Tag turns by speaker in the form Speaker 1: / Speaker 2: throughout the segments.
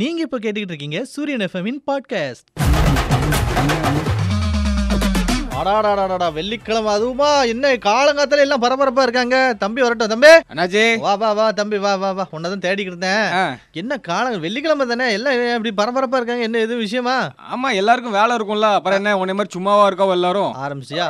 Speaker 1: நீங்க இப்ப கேட்டுக்கிட்டு இருக்கீங்க சூரியன் எஃப்எம்மின் பாட்காஸ்ட் அடாடாடாடா வெள்ளிக்கிழமை அதுவுமா என்ன காலங்காத்தால எல்லாம் பரபரப்பா இருக்காங்க தம்பி வரட்டும் தம்பி
Speaker 2: அண்ணாச்சி
Speaker 1: வா வா வா தம்பி வா வா வா உன்னதான் தேடிக்கிட்டு இருந்தேன்
Speaker 2: ஆ,
Speaker 1: என்ன காலம் வெள்ளிக்கிழமை தானே எல்லாம் ஏன் இப்படி பரபரப்பா இருக்காங்க என்ன எது விஷயமா
Speaker 2: ஆமா எல்லாருக்கும் வேலை இருக்கும்ல அப்புறம் என்ன உன்னை மாதிரி சும்மாவா இருக்கோ எல்லாரும்
Speaker 1: ஆரம்பிச்சியா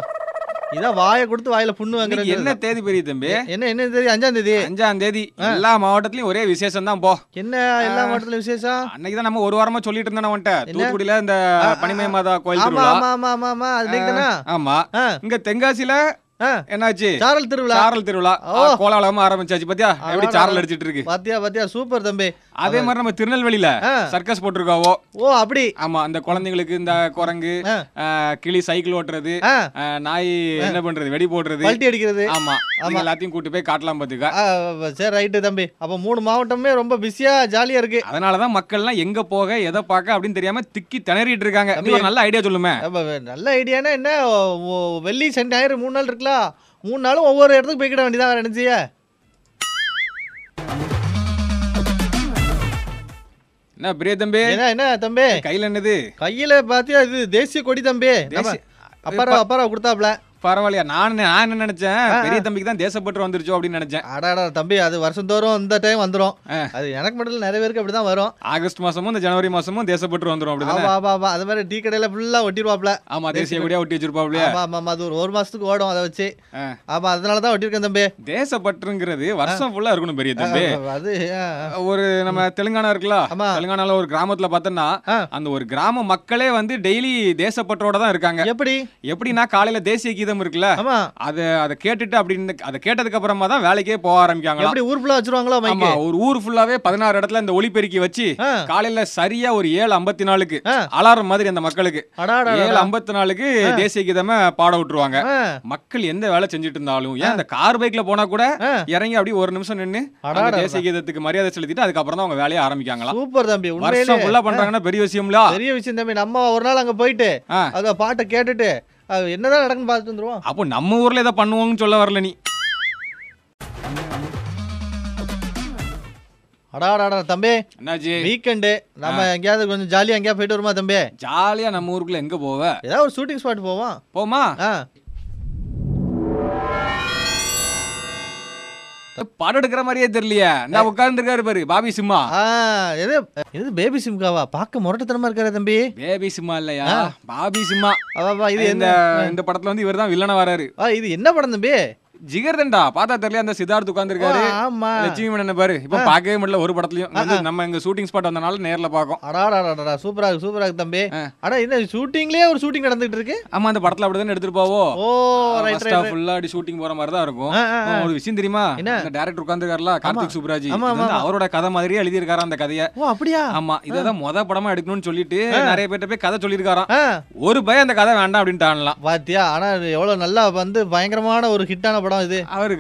Speaker 1: இதான் வாயை கொடுத்து வாயில புண்ணு
Speaker 2: இன்னைக்கு
Speaker 1: வாங்குறது
Speaker 2: என்ன தேதி பெரிய தம்பி
Speaker 1: என்ன என்ன தேதி அஞ்சாம் தேதி
Speaker 2: அஞ்சாம் தேதி எல்லா மாவட்டத்திலயும் ஒரே விசேஷம் தான் போ
Speaker 1: என்ன எல்லா மாவட்டத்துல விசேஷம்
Speaker 2: அன்னைக்கு தான் நம்ம ஒரு வாரமா சொல்லிட்டு இருந்தோம் உன்ட்ட தூத்துக்குடியில இந்த பனிமய மாதா கோயில்
Speaker 1: ஆமா
Speaker 2: திருவிழா
Speaker 1: ஆமா ஆமா ஆமா ஆமா அது தானே
Speaker 2: ஆமா
Speaker 1: ஆ
Speaker 2: இங்க தென்காசியில
Speaker 1: ஆ
Speaker 2: என்னாச்சு
Speaker 1: சாரல் திருவிழா
Speaker 2: சாரல் திருவிழா
Speaker 1: ஓ.
Speaker 2: ஆ, கோலாகலமா ஆரம்பிச்சாச்சு பாத்தியா எப்படி சாரல் அடிச்சிட்டு இருக்கு
Speaker 1: பாத்தியா பாத்தியா சூப்பர் தம்பி
Speaker 2: அதே மாதிரி நம்ம திருநெல்வேலியில
Speaker 1: ஆ.
Speaker 2: சர்க்கஸ் போட்டிருக்காவோ
Speaker 1: ஓ அப்படி
Speaker 2: ஆமா அந்த குழந்தைங்களுக்கு இந்த குரங்கு
Speaker 1: ஆ.
Speaker 2: ஆ, கிளி சைக்கிள் ஓட்டுறது
Speaker 1: ஆ
Speaker 2: ஆ, நாய் என்ன பண்றது வெடி போடுறது
Speaker 1: பல்ட்டி அடிக்கிறது
Speaker 2: ஆமா நீங்க எல்லாத்தையும் கூட்டு போய் காட்டலாம் பாத்துக்க
Speaker 1: ஆ, சரி ரைட்டு தம்பி அப்போ மூணு மாவட்டமே ரொம்ப பிஸியா ஜாலியா இருக்கு
Speaker 2: அதனாலதான் மக்கள்லாம் எங்க போக எதை பார்க்க அப்படின்னு தெரியாம திக்கி திணறிட்டு இருக்காங்க நீ ஒரு நல்ல ஐடியா சொல்லுமே
Speaker 1: அப்ப நல்ல ஐடியானா என்ன ஓ- ஓ- வெள்ளி சனி ஞாயிறு மூணு நாள் இருக்குல்ல மூணு நாளும் ஒவ்வொரு இடத்துக்கு போய்க்கிட வேண்டியதா நினைச்சிய
Speaker 2: என்ன பெரிய தம்பி
Speaker 1: ஏன்னா என்ன தம்பி
Speaker 2: கையில என்னது
Speaker 1: கையில பாத்தியா இது தேசிய கொடி தம்பி நம்ம
Speaker 2: தேசிய-
Speaker 1: அப்பாரா அப்பாரா கொடுத்தாப்ல
Speaker 2: பரவாயில்லையா நான் என்ன- நான் என்ன நினைச்சேன் பெரிய தம்பிக்கு தான் தேசப்பற்று வந்துருச்சோ அப்படின்னு நினைச்சேன்
Speaker 1: அடாடா தம்பி அது வருஷந்தோறும் இந்த டைம் வந்துரும்
Speaker 2: ஆ.
Speaker 1: அது எனக்கு மட்டும் இல்ல, நிறைய பேருக்கு அப்படிதான் வரும்
Speaker 2: ஆகஸ்ட் மாசமும் இந்த ஜனவரி மாசமும் தேசப்பற்று வந்துரும் அப்படிதானே
Speaker 1: ஆமா ஆமா ஆமா அது மாதிரி டீ கடையில ஃபுல்லா ஒட்டிடுவாப்ல
Speaker 2: ஆமா தேசிய கொடியா ஒட்டி வச்சிருப்பாப்லையா
Speaker 1: ஆமா ஆமா ஆமா அது ஒரு ஒரு மாசத்துக்கு ஓடும் அதை வச்சு
Speaker 2: ஆ.
Speaker 1: ஆமா அதனால தான் ஒட்டியிருக்கேன் தம்பி
Speaker 2: தேசப்பற்றுங்கிறது வருஷம் ஃபுல்லா இருக்கணும் பெரிய தம்பி
Speaker 1: அது ஆ, ஆ.
Speaker 2: ஒரு நம்ம தெலுங்கானா இருக்குல்ல
Speaker 1: ஆமா.
Speaker 2: தெலுங்கானால ஒரு கிராமத்துல பார்த்தோம்னா
Speaker 1: ஆ.
Speaker 2: அந்த ஒரு கிராம மக்களே வந்து டெய்லி தேசப்பற்றோட தான் இருக்காங்க
Speaker 1: எப்படி
Speaker 2: எப்படின்னா காலையில தேசிய கீதம் இருக்குல்ல
Speaker 1: ஆமா
Speaker 2: அதை அதை கேட்டுட்டு அப்படின்னு அதை கேட்டதுக்கு அப்புறமா தான் வேலைக்கே போக ஆரம்பிக்காங்களாம்
Speaker 1: எப்படி ஊர் ஃபுல்லா வச்சிருவாங்களோ
Speaker 2: ஆமா
Speaker 1: மைக்கு
Speaker 2: ஒரு ஊர் ஃபுல்லாவே பதினாறு இடத்துல இந்த ஒலிபெருக்கி வச்சு
Speaker 1: ஆ.
Speaker 2: காலையில சரியா ஒரு ஏழு ஐம்பத்தி நாலுக்கு
Speaker 1: ஆ.
Speaker 2: அலாரம் மாதிரி அந்த மக்களுக்கு
Speaker 1: அடாடா
Speaker 2: ஏழு ஐம்பத்தி நாலுக்கு தேசிய கீதமா பாட விட்டுருவாங்க
Speaker 1: ஆ,
Speaker 2: மக்கள் எந்த வேலை செஞ்சுட்டு இருந்தாலும் ஏன் அந்த கார் பைக்ல போனா கூட
Speaker 1: ஆ.
Speaker 2: இறங்கி அப்படியே ஒரு நிமிஷம் நின்னு அந்த
Speaker 1: அடாடா.
Speaker 2: தேசிய கீதத்துக்கு மரியாதை செலுத்திட்டு அதுக்கப்புறம் தான் அவங்க வேலையை ஆரம்பிக்காங்களாம்
Speaker 1: சூப்பர் தம்பி உண்மையிலே
Speaker 2: வருஷம் ஃபுல்லா பண்றாங்கன்னா பெரிய விஷயம்ல
Speaker 1: பெரிய விஷயம் தம்பி நம்ம ஒரு நாள் அங்க போயிட்டு
Speaker 2: ஆ.
Speaker 1: அத பாட்டை கேட்டுட்டு அது என்னதான் நடக்குன்னு பார்த்துட்டு வந்துருவோம்
Speaker 2: அப்போ நம்ம ஊர்ல இதை பண்ணுவோம்னு சொல்ல வரல நீ
Speaker 1: அடாடாடா தம்பி
Speaker 2: என்னாச்சு
Speaker 1: வீக்கெண்டு நம்ம எங்கேயாவது கொஞ்சம் ஜாலியா எங்கேயாவது போயிட்டு வருமா தம்பி
Speaker 2: ஜாலியா நம்ம ஊருக்குள்ள எங்க போவ
Speaker 1: ஏதாவது ஒரு ஷூட்டிங் ஸ்பாட் போவோம்
Speaker 2: போமா
Speaker 1: ஆ
Speaker 2: படம் எடுக்கிற மாதிரியே தெரியலையே நான் உட்கார்ந்து இருக்காரு பாரு பாபி சிம்மா
Speaker 1: ஆ எது எது பேபி சிம்காவா பார்க்க முரட்டுத்தனமா இருக்காரு தம்பி
Speaker 2: பேபி சிம்மா இல்லையா பாபி சிம்மா
Speaker 1: அவா, அவா, இது என்ன
Speaker 2: இந்த இந்த படத்துல வந்து இவர்தான் வில்லனா வராரு
Speaker 1: ஆ, இது என்ன படம் தம்பி
Speaker 2: ஜிகர்தண்டா பார்த்தா தெரியல அந்த சித்தார்த் உட்கார்ந்து இருக்காரு
Speaker 1: ஆ, ஆமா
Speaker 2: லட்சுமி மேனன் பாரு இப்ப பார்க்கவே முடியல ஒரு படத்துலயும் வந்து நம்ம எங்க ஷூட்டிங் ஸ்பாட் வந்தனால நேர்ல பார்க்கோம்
Speaker 1: அடாடாடாடா சூப்பரா இருக்கு சூப்பரா இருக்கு தம்பி
Speaker 2: ஆ.
Speaker 1: அடா என்ன ஷூட்டிங்லயே ஒரு ஷூட்டிங் நடந்துகிட்டு இருக்கு
Speaker 2: ஆமா அந்த படத்துல அப்படிதான் எடுத்துட்டு போவோ
Speaker 1: ஓ ரைட்
Speaker 2: ஃபர்ஸ்ட்
Speaker 1: ரைட்
Speaker 2: ஃபுல்லா அப்படி ஷூட்டிங் போற மாதிரி தான் இருக்கும்
Speaker 1: ஆ, ஆ, ஆ.
Speaker 2: ஒரு விஷயம் தெரியுமா
Speaker 1: என்ன?
Speaker 2: அந்த டைரக்டர் உட்கார்ந்துருக்காருல கார்த்திக் சுப்ராஜ் இது
Speaker 1: ஆமா, ஆமா,
Speaker 2: வந்து அவரோட கதை மாதிரியே எழுதியிருக்காரு அந்த கதைய
Speaker 1: ஓ அப்படியா
Speaker 2: ஆமா இதான் மொத படமா எடுக்கணும்னு சொல்லிட்டு நிறைய பேர்ட்ட போய் கதை சொல்லியிருக்காராம்
Speaker 1: ஆ
Speaker 2: ஒரு பய அந்த கதை வேண்டாம் அப்படின்ட்டான்லாம்
Speaker 1: பாத்தியா ஆனா இது எவ்வளவு நல்லா வந்து பயங்கரமான ஒரு ஹிட்டான படம் இது
Speaker 2: அவரு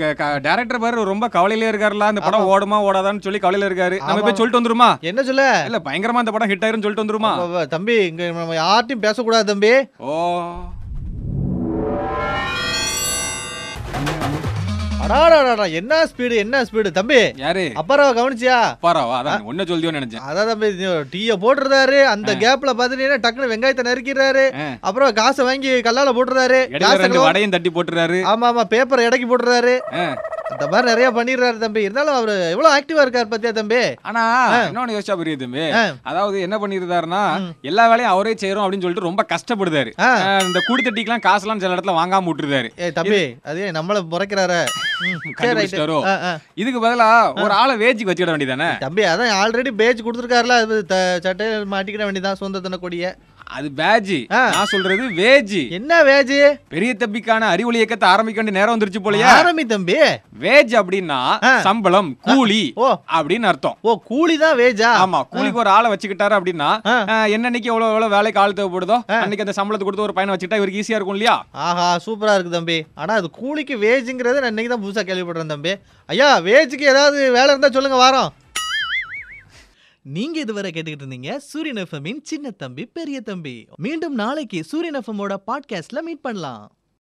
Speaker 2: டைரக்டர் பாரு ரொம்ப கவலையிலே இருக்காருல அந்த படம் ஓடுமா ஓடாதான்னு சொல்லி கவலையில இருக்காரு நம்ம
Speaker 1: ஆமா.
Speaker 2: போய் சொல்லிட்டு வந்துருமா
Speaker 1: என்ன சொல்ல
Speaker 2: இல்ல பயங்கரமா அந்த படம் ஹிட் ஆயிரும்னு சொல்லிட்டு வந்துருமா
Speaker 1: அப்ப, அப்ப, தம்பி இங்க நம்ம யார்ட்டையும் பேசக்கூடாது தம்பி
Speaker 2: ஓ
Speaker 1: அடாடாடா என்ன ஸ்பீடு என்ன ஸ்பீடு தம்பி
Speaker 2: யாரு
Speaker 1: அப்பாராவை கவனிச்சியா
Speaker 2: பரவா அதான் ஒன்ன சொல்லியோன்னு நினைச்சேன்
Speaker 1: அதான் தம்பி டீய போட்டுருந்தாரு அந்த கேப்ல பாத்துட்டீங்கன்னா டக்குனு வெங்காயத்தை நறுக்கிறாரு
Speaker 2: ஆ.
Speaker 1: அப்புறம் காசை வாங்கி கல்லால போட்டுறாரு
Speaker 2: இடையில ரெண்டு வடையும் தட்டி போட்டுறாரு
Speaker 1: ஆமா ஆமா பேப்பரை இடக்கி போட்டுறாரு
Speaker 2: ஆ.
Speaker 1: அந்த மாதிரி நிறைய பண்ணிடுறாரு தம்பி இருந்தாலும் அவரு எவ்வளவு ஆக்டிவா இருக்காரு பாத்தியா தம்பி
Speaker 2: ஆனா இன்னொன்னு யோசிச்சா புரியுது தம்பி
Speaker 1: ஆ.
Speaker 2: அதாவது என்ன பண்ணிருந்தாருன்னா எல்லா வேலையும் அவரே செய்யறோம் அப்படின்னு சொல்லிட்டு ரொம்ப கஷ்டப்படுதாரு
Speaker 1: ஆ.
Speaker 2: ஆ, இந்த கூடுத்தட்டிக்கெல்லாம் காசுலாம் சில இடத்துல வாங்காம விட்டுருந்தாரு
Speaker 1: ஏய் தம்பி அதே நம்மள முறைக்கிறாரு ம், சரி, right.
Speaker 2: கண்டுபிடிச்சிட்டாரோ?
Speaker 1: ஆ, ஆ.
Speaker 2: இதுக்கு பதிலா ஒரு ஆளை வேஜிக்கு வச்சுக்கிட வேண்டியதானே
Speaker 1: தம்பி அதான் ஆல்ரெடி பேஜ் கொடுத்துருக்காருல அது த- சட்டையில மாட்டிக்கிட வேண்டியதான் சுதந்திரத்தின கொடிய
Speaker 2: அது பேஜி
Speaker 1: ஆ.
Speaker 2: நான் சொல்றது வேஜி
Speaker 1: என்ன வேஜ்
Speaker 2: பெரிய தம்பிக்கான அறிவொளி இயக்கத்தை ஆரம்பிக்க வேண்டிய நேரம் வந்துருச்சு போலயா
Speaker 1: ஆரம்பி தம்பி
Speaker 2: வேஜ் அப்படின்னா
Speaker 1: ஆ.
Speaker 2: சம்பளம் கூலி
Speaker 1: ஓ
Speaker 2: அப்படின்னு அர்த்தம்
Speaker 1: ஓ கூலி தான் வேஜா
Speaker 2: ஆமா கூலிக்கு ஒரு ஆளை வச்சுக்கிட்டாரு அப்படின்னா
Speaker 1: ஆ.
Speaker 2: ஆ, என்னன்னைக்கு எவ்வளவு எவ்வளவு வேலைக்கு ஆள் தேவைப்படுதோ அன்னைக்கு அந்த சம்பளத்தை கொடுத்து ஒரு பையனை வச்சுக்கிட்டா இவருக்கு ஈஸியா இருக்கும் இல்லையா
Speaker 1: ஆஹா சூப்பரா இருக்கு தம்பி ஆனா அது கூலிக்கு வேஜுங்கிறது நான் இன்னைக்கு தான் புதுசா கேள்விப்படுறேன் தம்பி ஐயா வேஜுக்கு ஏதாவது வேலை இருந்தா சொல்லுங்க வாரோம் நீங்க இதுவரை கேட்டுக்கிட்டு இருந்தீங்க சூரியன் எஃப்எம்மின் சின்ன தம்பி பெரிய தம்பி மீண்டும் நாளைக்கு சூரியன் எஃப்எம்மோட பாட்காஸ்ட்ல மீட் பண்ணலாம்